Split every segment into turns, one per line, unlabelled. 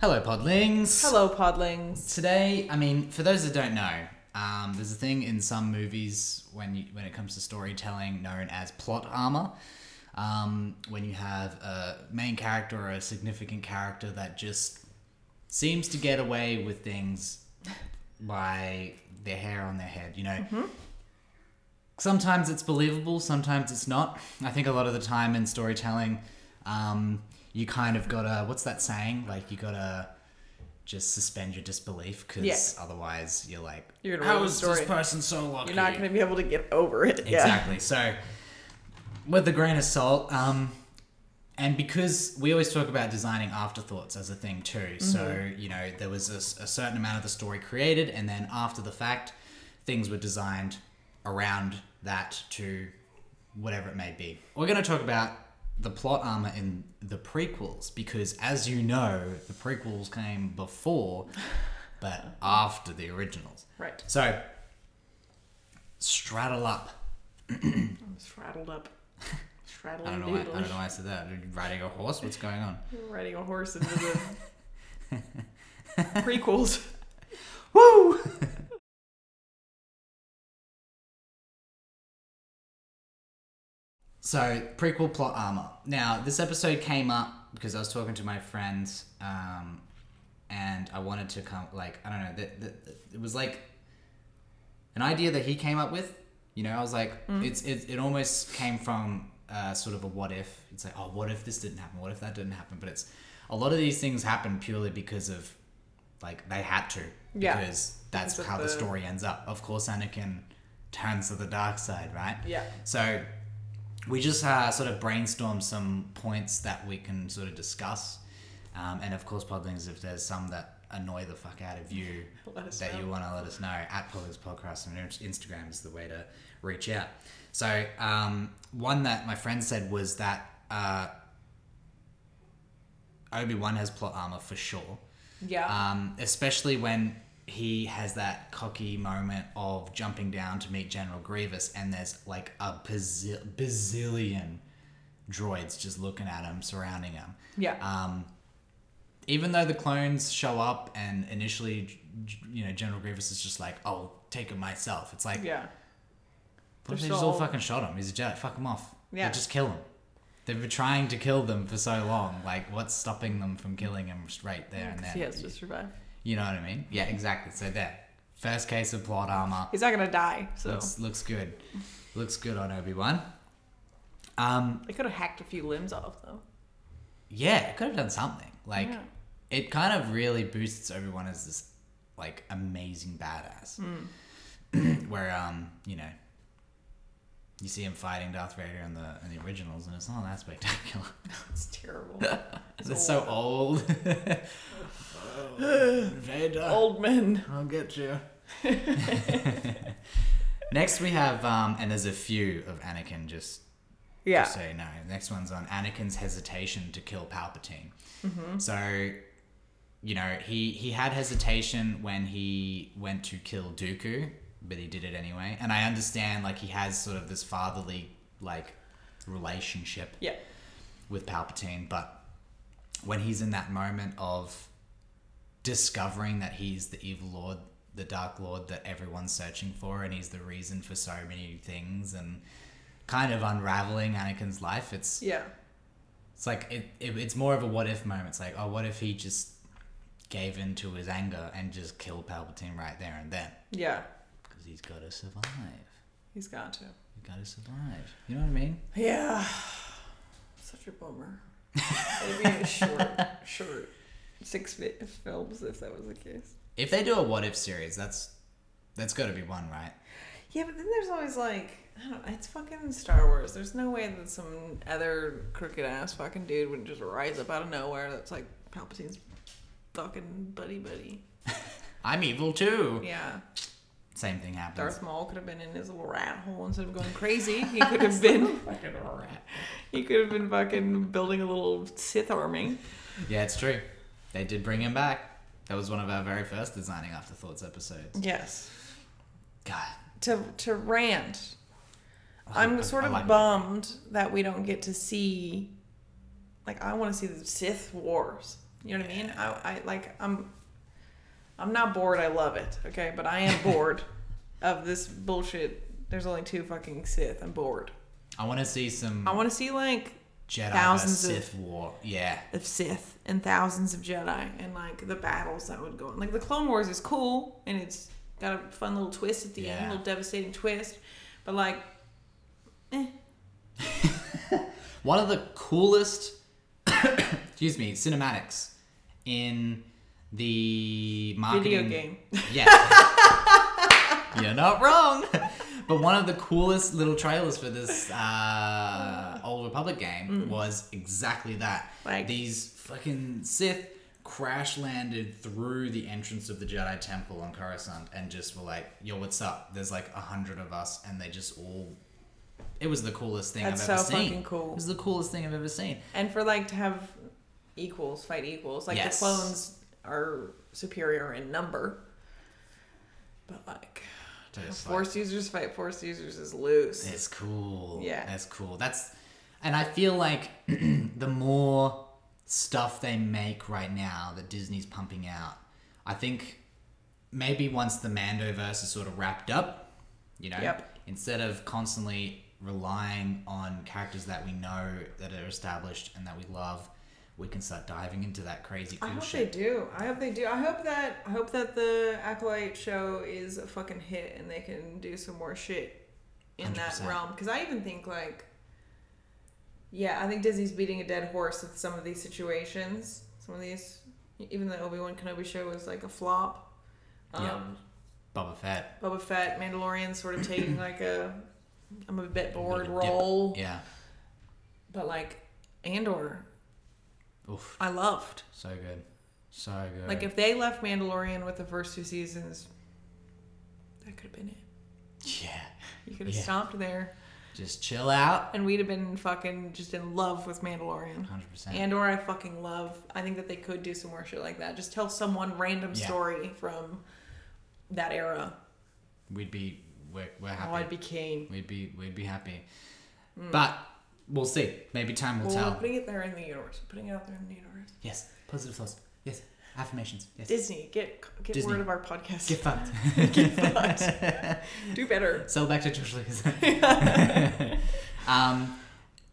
Hello, Podlings.
Hello, podlings.
Today, I mean, for those that don't know, um, there's a thing in some movies when you, when it comes to storytelling known as plot armor. Um, when you have a main character or a significant character that just seems to get away with things by their hair on their head, you know.
Mm-hmm.
Sometimes it's believable, sometimes it's not. I think a lot of the time in storytelling, um, you kind of gotta, what's that saying? Like, you gotta just suspend your disbelief because
Yeah.
otherwise you're like,
You're gonna
how
ruin the
is this
story."
person so lucky?
You're not going to be able to get over it. Yeah.
Exactly. So, with a grain of salt, um, and because we always talk about designing afterthoughts as a thing too, so you know there was a, s- a certain amount of the story created, and then after the fact, things were designed around that to whatever it may be. We're going to talk about the plot armor in the prequels because, as you know, the prequels came before, but after the originals.
Right.
So, straddle up.
I'm straddled up. Straddling
I don't know why. I don't know why I said that. Are you Riding a horse? What's going on?
Riding a horse into the prequels.
Woo! so prequel plot armor. Now this episode came up because I was talking to my friends, um, and I wanted to come like I don't know. That that it was like an idea that he came up with. You know, I was like,
Mm.
it's it, it almost came from uh, sort of a what if. It's like, oh, what if this didn't happen? What if that didn't happen? But it's a lot of these things happen purely because of like they had to
Yeah.
because that's
Because of
how the
the-
story ends up. Of course, Anakin turns to the dark side, right?
Yeah.
So we just uh, sort of brainstormed some points that we can sort of discuss. Um, and of course, Podlings, if there's some that annoy the fuck out of you
Let us
that
know.
you want to let us know, at Podlings Podcast on Inst- Instagram is the way to reach out. So um, one that my friend said was that uh, Obi-Wan has plot armor for sure
Yeah.
um, especially when he has that cocky moment of jumping down to meet General Grievous, and there's like a bazil- bazillion droids just looking at him, surrounding him.
yeah.
Um, even though the clones show up, and initially, j- you know, General Grievous is just like, "I'll take him myself." It's like,
yeah.
what if
They're
they just all
so-
fucking shot him? He's a Jedi. Fuck him off. Yeah.
Yeah.
just kill him. They've been trying to kill them for so long. Like, what's stopping them from killing him straight there and then?
He has to survive.
You know what I mean? Yeah, exactly. So there. First case of plot armor.
He's not going to die. So
Looks looks good. Looks good on Obi Wan. Um,
they could have hacked a few limbs off, though.
yeah, it could have done something. Like
Yeah.
it kind of really boosts Obi Wan as this like amazing badass. Where um, you know, you see him fighting Darth Vader in the in the originals, and it's not that spectacular.
It's terrible.
They're so old. Vader.
Old men.
I'll get you. Next, we have, um, and there's a few of Anakin, just,
Yeah.
just so you know. Next one's on Anakin's hesitation to kill Palpatine. So, you know, he, he had hesitation when he went to kill Dooku, but he did it anyway. And I understand, like, he has sort of this fatherly, like, relationship
Yeah.
with Palpatine, but when he's in that moment of discovering that he's the evil lord, the dark lord that everyone's searching for, and he's the reason for so many things, and kind of unraveling Anakin's life, it's
Yeah.
it's like it, it it's more of a what if moment. It's like, oh, what if he just gave in to his anger and just killed Palpatine right there and then
Yeah.
because he's got to survive.
He's got to.
He's got to survive. You know what I mean?
Yeah. Such a bummer. It'd be a short, short six fi- films if that was the case.
If they do a what if series, that's that's got to be one, right?
Yeah, but then there's always like, I don't know, it's fucking Star Wars. There's no way that some other crooked ass fucking dude would just rise up out of nowhere that's like Palpatine's fucking buddy buddy.
I'm evil too.
Yeah.
Same thing happens.
Darth Maul could have been in his little rat hole instead of going crazy. He could have been he could have been fucking building a little Sith army.
Yeah, it's true. They did bring him back. That was one of our very first Designing Afterthoughts episodes.
Yes.
God.
to to rant. I'm
I-
sort
I
of
like it.
bummed that we don't get to see. Like, I want to see the Sith Wars. You know what I mean? I, I like I'm I'm not bored. I love it. Okay, but I am bored of this bullshit. There's only two fucking Sith. I'm bored.
I want to see some
I want to see like
Jedi versus
thousands of-
Sith war. Yeah,
of Sith and thousands of Jedi and like the battles that would go on. Like the Clone Wars is cool and it's got a fun little twist at the end,
Yeah.
a little devastating twist. But like, eh,
one of the coolest excuse me cinematics in the marketing
video game.
yeah you're not wrong but one of the coolest little trailers for this uh, old republic game was exactly that
Mm. Like-
these fucking sith crash landed through the entrance of the jedi temple on coruscant and just were like yo what's up there's like a hundred of us and they just all it was the coolest thing
That's
i've ever
so
seen
fucking cool.
it was the coolest thing i've ever seen
And for like to have equals fight equals, like
Yes.
the clones are superior in number. But like,
To just, like,
force users fight force users is loose.
It's cool.
Yeah.
That's cool. That's and I feel like the more stuff they make right now that Disney's pumping out, I think maybe once the Mandoverse is sort of wrapped up, you know,
Yep.
instead of constantly relying on characters that we know that are established and that we love, we can start diving into that crazy
I
cool
hope
shit.
they do. I hope they do. I hope that I hope that the acolyte show is a fucking hit and they can do some more shit in that
100%.
realm. Because I even think like, yeah, I think Disney's beating a dead horse with some of these situations. Some of these, even the Obi Wan Kenobi show was like a flop. Um,
Yeah. Boba Fett.
Boba Fett, Mandalorian, sort of taking like a I'm a bit bored
of a dip.
role,
Yeah.
but like Andor,
Oof.
I loved.
So good. So good.
Like if they left Mandalorian with the first two seasons, that could have been it.
yeah.
You could have
Yeah.
stopped there,
Just chill out.
and we'd have been fucking just in love with Mandalorian.
100%.
Andor, I fucking love. I think that they could do some more shit like that. Just tell someone random
Yeah.
story from that era.
we'd be we're, we're
How I
happy.
became.
We'd be we'd be happy. But we'll see. Maybe time will
Well, we're
tell.
putting it there in the universe. We're putting it out there in the universe.
Yes, positive thoughts. Yes, affirmations. Yes,
Disney, get get
Disney.
word of our podcast.
get fucked.
do better.
Sell back to George Lucas. um,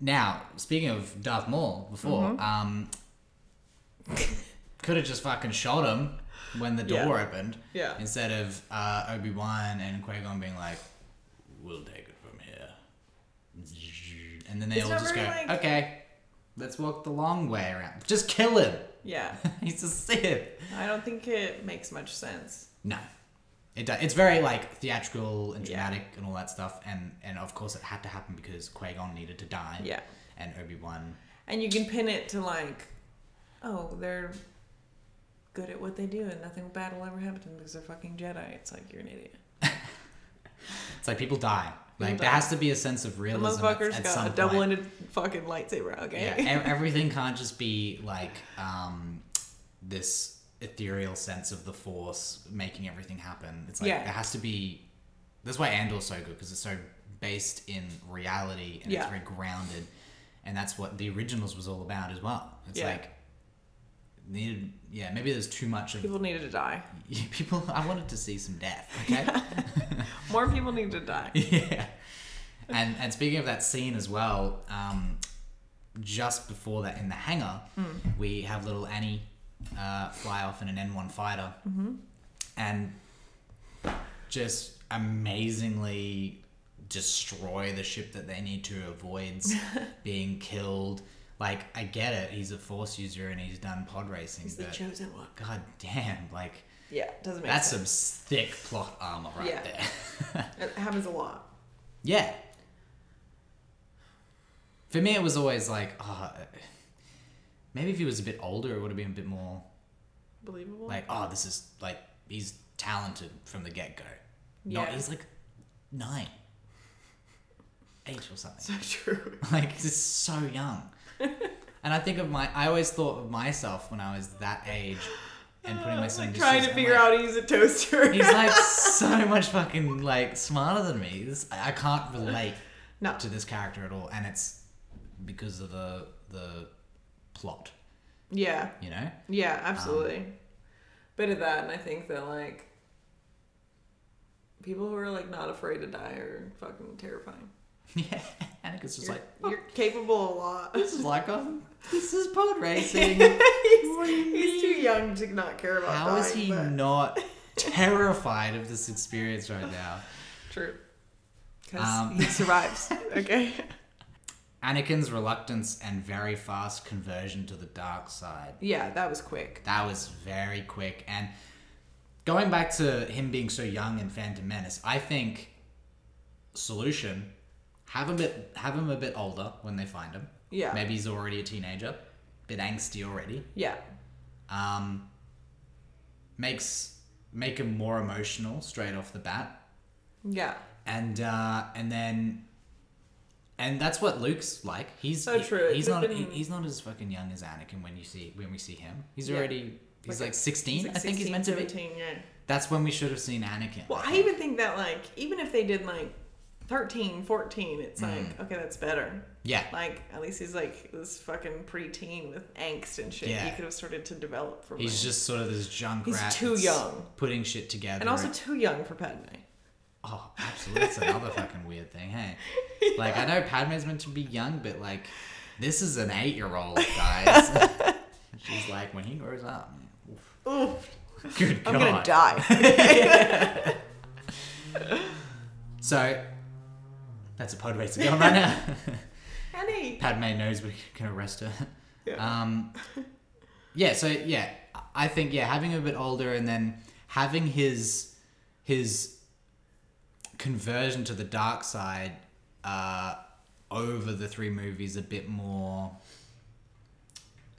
now speaking of Darth Maul, before um, could have just fucking shot him when the
Yeah.
door opened.
Yeah.
Instead of uh, Obi Wan and Qui Gon being like, "We'll take it from here," and then they
It's
all
not
just go,
very, like-
"Okay, let's walk the long way around. Just kill him.
Yeah,
He's a Sith."
I don't think it makes much sense.
No. It does. It's very like theatrical and
Yeah.
dramatic and all that stuff, and and of course it had to happen because Qui Gon needed to die.
Yeah.
And Obi Wan.
And you can pin it to like, oh, they're good at what they do, and nothing bad will ever happen to them because they're fucking Jedi. It's like you're an idiot.
It's like people die. Like
People
there
die.
has to be a sense of
The
realism. at-
motherfucker's
at
got
some
a
point.
double-ended fucking lightsaber. Okay.
Yeah. ev- Everything can't just be like um, this ethereal sense of the Force making everything happen. It's like
Yeah.
there has to be. That's why Andor's so good because it's so based in reality and it's
Yeah.
very grounded, and that's what the originals was all about as well. It's
Yeah.
like needed. Yeah, maybe there's too much of
People needed to die.
people. I wanted to see some death. Okay.
More people need to die.
yeah. And and speaking of that scene as well, um, just before that in the hangar,
Mm.
we have little Annie uh, fly off in an N one fighter,
Mm-hmm.
and just amazingly destroy the ship that they need to avoid being killed. Like I get it, he's a force user and he's done pod racing,
He's the
but
chosen one.
god damn, like
Yeah, doesn't make
that's
sense.
some thick plot armor right
Yeah.
there.
It happens a lot.
Yeah. For me, it was always like, oh, maybe if he was a bit older, it would have been a bit more
Believable.
like, oh, this is like he's talented from the get go. No,
Yeah.
he's like nine, eight or something.
so true.
Like he's so young. and I think of my, I always thought of myself when I was that age, and putting myself
like
in
trying
shoes,
to
I'm
figure
like,
out how to use a toaster.
He's like so much fucking like smarter than me. This, I I can't relate
No.
to this character at all, and it's because of the the plot.
Yeah.
you know?
Yeah, absolutely. Bit of that, and I think that like people who are like not afraid to die are fucking terrifying.
Yeah. Annika's just
You're,
like,
you're capable of a lot.
this is like, um, this is pod racing. What do you
He's
mean?
too young to not care about.
How is
dying,
he
but-
not terrified of this experience right now?
True. Because
Um.
he survives. okay.
Anakin's reluctance and very fast conversion to the dark side.
Yeah, that was quick.
That was very quick. And going back to him being so young in Phantom Menace, I think solution have him a bit have him a bit older when they find him.
Yeah.
Maybe he's already a teenager, bit angsty already.
Yeah.
Um, makes make him more emotional straight off the bat,
Yeah.
and uh, and then. And that's what Luke's like. He's
So true. It
he's
could've
not
been-
he- he's not as fucking young as Anakin when you see when we see him. He's
Yeah.
already he's
Like a-
like, 16,
He's, like,
I think he's
16,
meant to be.
17, yeah.
That's when we should have seen Anakin.
Well, I even think that like even if they did like 13, 14, it's
Mm.
like okay, that's better.
yeah,
Like at least he's like this fucking preteen with angst and shit.
Yeah.
He could have started to develop from.
he's
like-
just sort of this junk
He's
rat.
too
that's
young.
putting shit together.
and also too young for Padme.
oh, absolutely, that's another fucking weird thing. Hey, like I know Padme's meant to be young, but like this is an eight-year-old, guys. She's like, when he grows up, man, oof.
Oof,
good
I'm
god,
gonna die.
So that's a pod race to go on right now.
Annie.
Padme knows we can arrest her.
Yeah.
Um, yeah, so yeah, I think yeah, having him a bit older and then having his his conversion to the dark side uh, over the three movies a bit more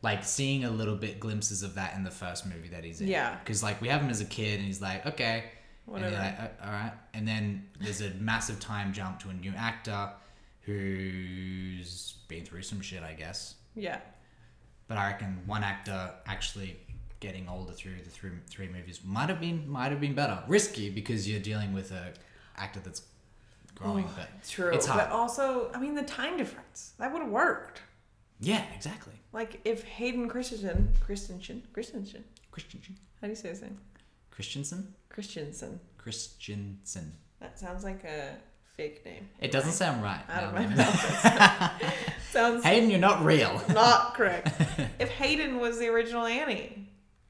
like seeing a little bit glimpses of that in the first movie that he's in.
Yeah.
Because like we have him as a kid and he's like, okay.
Whatever.
And you're like, "Oh, all right. And then there's a massive time jump to a new actor who's been through some shit, I guess.
yeah.
But I reckon one actor actually getting older through the three, three movies might have been might have been better. Risky because you're dealing with a actor that's growing, but
True.
It's hard.
But also, I mean, the time difference that would have worked.
yeah, exactly.
Like if Hayden Christensen, Christensen, Christensen.
Christensen,
How do you say his name?
Christensen,
Christensen.
Christensen.
That sounds like a fake name.
It doesn't sound right.
Out of
No,
my
no, no.
mouth. sounds
Hayden, you're not real.
not correct. if Hayden was the original Annie,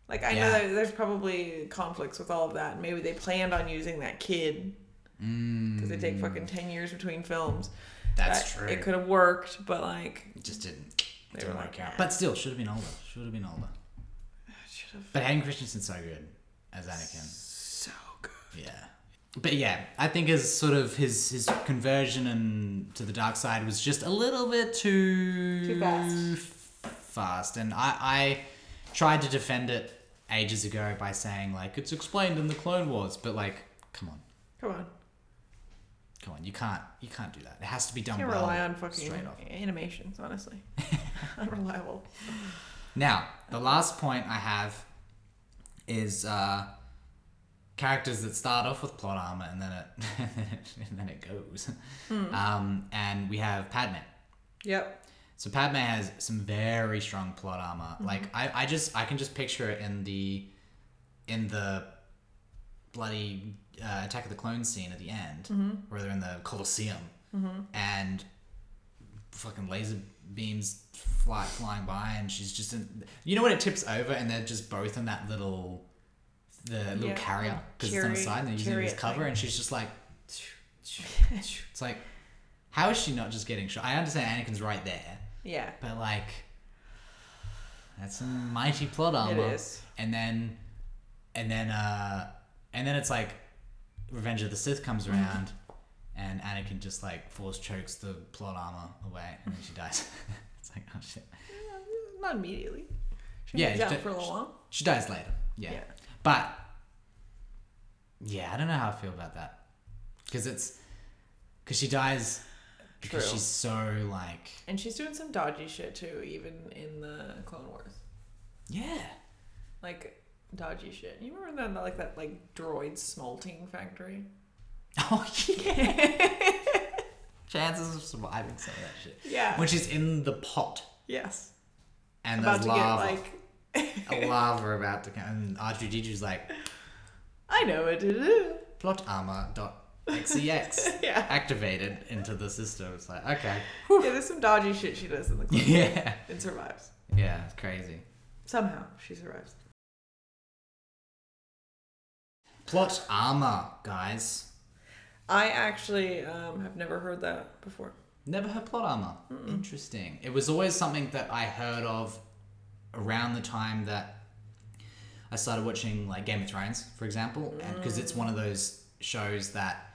like I
Yeah.
know that there's probably conflicts with all of that. Maybe they planned on using that kid because they take fucking ten years between films.
Mm, That's
That-
true.
It could have worked, but like
It just didn't.
They
didn't
were
work
like,
out.
"Nah."
But still, should have been older. Should have been older.
should have
But Hayden Christensen's so good as Anakin.
so good.
Yeah. But yeah, I think his sort of his his conversion and to the dark side was just a little bit too
Too fast.
f- fast. and I I tried to defend it ages ago by saying like it's explained in the Clone Wars, but like come on,
Come on,
come on, you can't you can't do that. It has to be done
can't
well
rely on fucking
straight off.
animations. Honestly, unreliable.
Now the last point I have is uh, characters that start off with plot armor and then it and then it goes, um, and we have Padme.
Yep.
So Padme has some very strong plot armor.
Mm-hmm.
Like I, I just I can just picture it in the in the bloody uh, Attack of the Clones scene at the end,
Mm-hmm.
where they're in the Colosseum and fucking laser beams fly flying by, and she's just in. You know when it tips over and they're just both in that little the little
Yeah.
carrier because it's on the
Chariot-
side and they're using it as
chariot
cover,
thing.
and she's just like. It's like, how is she not just getting shot? I understand Anakin's right there,
yeah.
but like, that's some mighty plot armor.
is.
And then, and then, uh, and then it's like, Revenge of the Sith comes around, and Anakin just like force chokes the plot armor away, and then she dies. it's like, oh shit.
Not immediately. She
Yeah,
yeah,
it's
out
ju-
for a little while.
She dies later. Yeah.
Yeah.
But yeah, I don't know how I feel about that because it's because she dies because
True.
she's so like
And she's doing some dodgy shit too, even in the Clone Wars.
yeah
Like dodgy shit. You remember that like that like droid smelting factory?
oh yeah chances of surviving some of that shit
Yeah.
when she's in the pot
yes.
and
about
there's
to
lava.
get like.
a lava about to come. And R2D2's like,
I know what to do.
plot armor.xex
Yeah.
E activated into the system. It's like, okay.
Yeah, there's some dodgy shit she does in the club
Yeah.
and survives.
Yeah, it's crazy.
Somehow she survives.
Plot armor, guys.
I actually um, have never heard that before.
Never heard plot armor. Interesting. It was always something that I heard of around the time that I started watching like Game of Thrones, for example, and because it's one of those shows that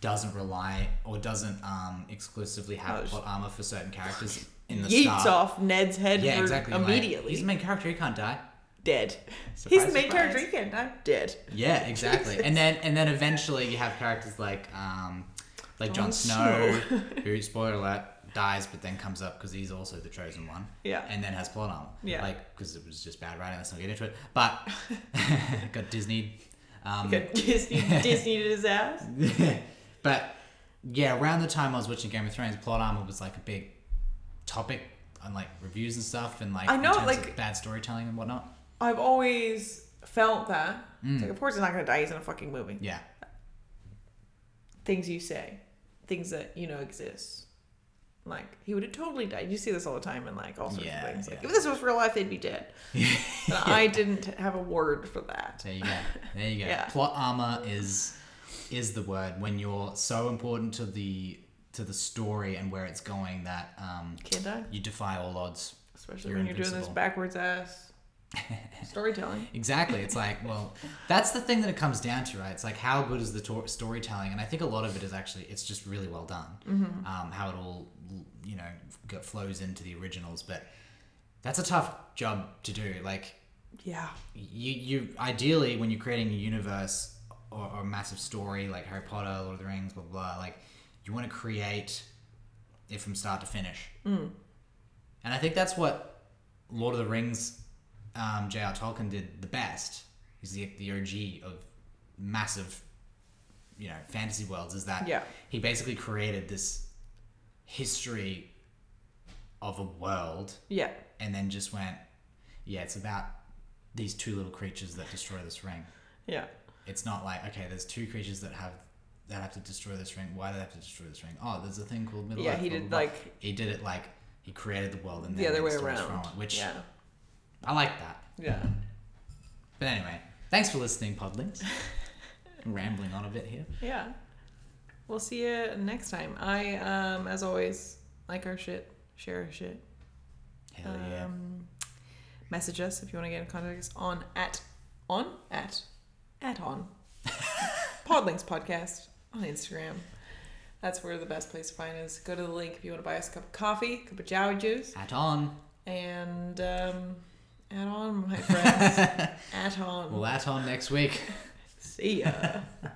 doesn't rely or doesn't um, exclusively have
Oh,
plot armor for certain characters in the
Yeets
start.
off Ned's head
Yeah,
for-
exactly. like,
immediately.
he's the main character. He can't die.
dead.
Surprise,
He's the main
surprise.
character. He can't die. Dead.
Yeah, exactly. and then and then eventually you have characters like um, like Jon
Jon
Snow, who spoiler alert dies, but then comes up because he's also the chosen one.
Yeah.
And then has plot armor.
Yeah.
Like because it was just bad writing. Let's not get into it. But got Disney. Um,
Got Disney Disney to his ass.
but yeah, around the time I was watching Game of Thrones, plot armor was like a big topic on like reviews and stuff, and like
I
in
know,
terms of
like-
bad storytelling and whatnot.
I've always felt that. It's
Mm.
like, of course, he's not gonna die. He's in a fucking movie.
Yeah.
Things you say, things that you know exist. Like he would have totally died. You see this all the time in like all sorts
Yeah,
of things. Like
yeah.
if this was real life, they'd be dead. But I didn't have a word for that.
There you go. There you go.
Yeah.
Plot armor is is the word when you're so important to the to the story and where it's going that um,
Can't die,
you defy all odds.
especially
You're
when you're doing this
invincible.
backwards ass storytelling.
Exactly. It's like, well, that's the thing that it comes down to, right? It's like how good is the to- storytelling, and I think a lot of it is actually it's just really well done. Um, how it all, you know, go- flows into the originals, but that's a tough job to do. Like
Yeah.
you you ideally when you're creating a universe or, or a massive story like Harry Potter, Lord of the Rings, blah blah, blah like you want to create it from start to finish. And I think that's what Lord of the Rings, um, J.R. Tolkien did the best. He's the the OG of massive, you know, fantasy worlds. Is that
Yeah.
he basically created this history of a world
Yeah.
and then just went, yeah, it's about these two little creatures that destroy this ring.
Yeah.
It's not like okay, there's two creatures that have that have to destroy this ring. Why do they have to destroy this ring? Oh, there's a thing called Middle
Yeah,
Earth.
he
blah,
did,
blah, blah.
like-
he did it like he created the world and
The
then
other
made
way
stories
around.
from it, which
yeah.
I like that.
Yeah.
But anyway, thanks for listening, Podlings. I'm rambling on a bit here.
Yeah. We'll see you next time. I, um, as always, like our shit, share our shit.
Hell yeah.
Um, message us if you want to get in contact with us on at on at at on Podlinks podcast on Instagram. That's where the best place to find us. Go to the link if you want to buy us a cup of coffee, cup of jow juice,
At on.
and um, at on, my friends. at on.
We'll at on next week.
See ya.